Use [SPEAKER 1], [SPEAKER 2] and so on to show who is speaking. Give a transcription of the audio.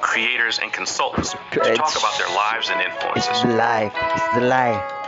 [SPEAKER 1] creators, and consultants to
[SPEAKER 2] It's-
[SPEAKER 1] talk about their lives and
[SPEAKER 2] It's
[SPEAKER 1] influences.
[SPEAKER 2] the life. It's the life.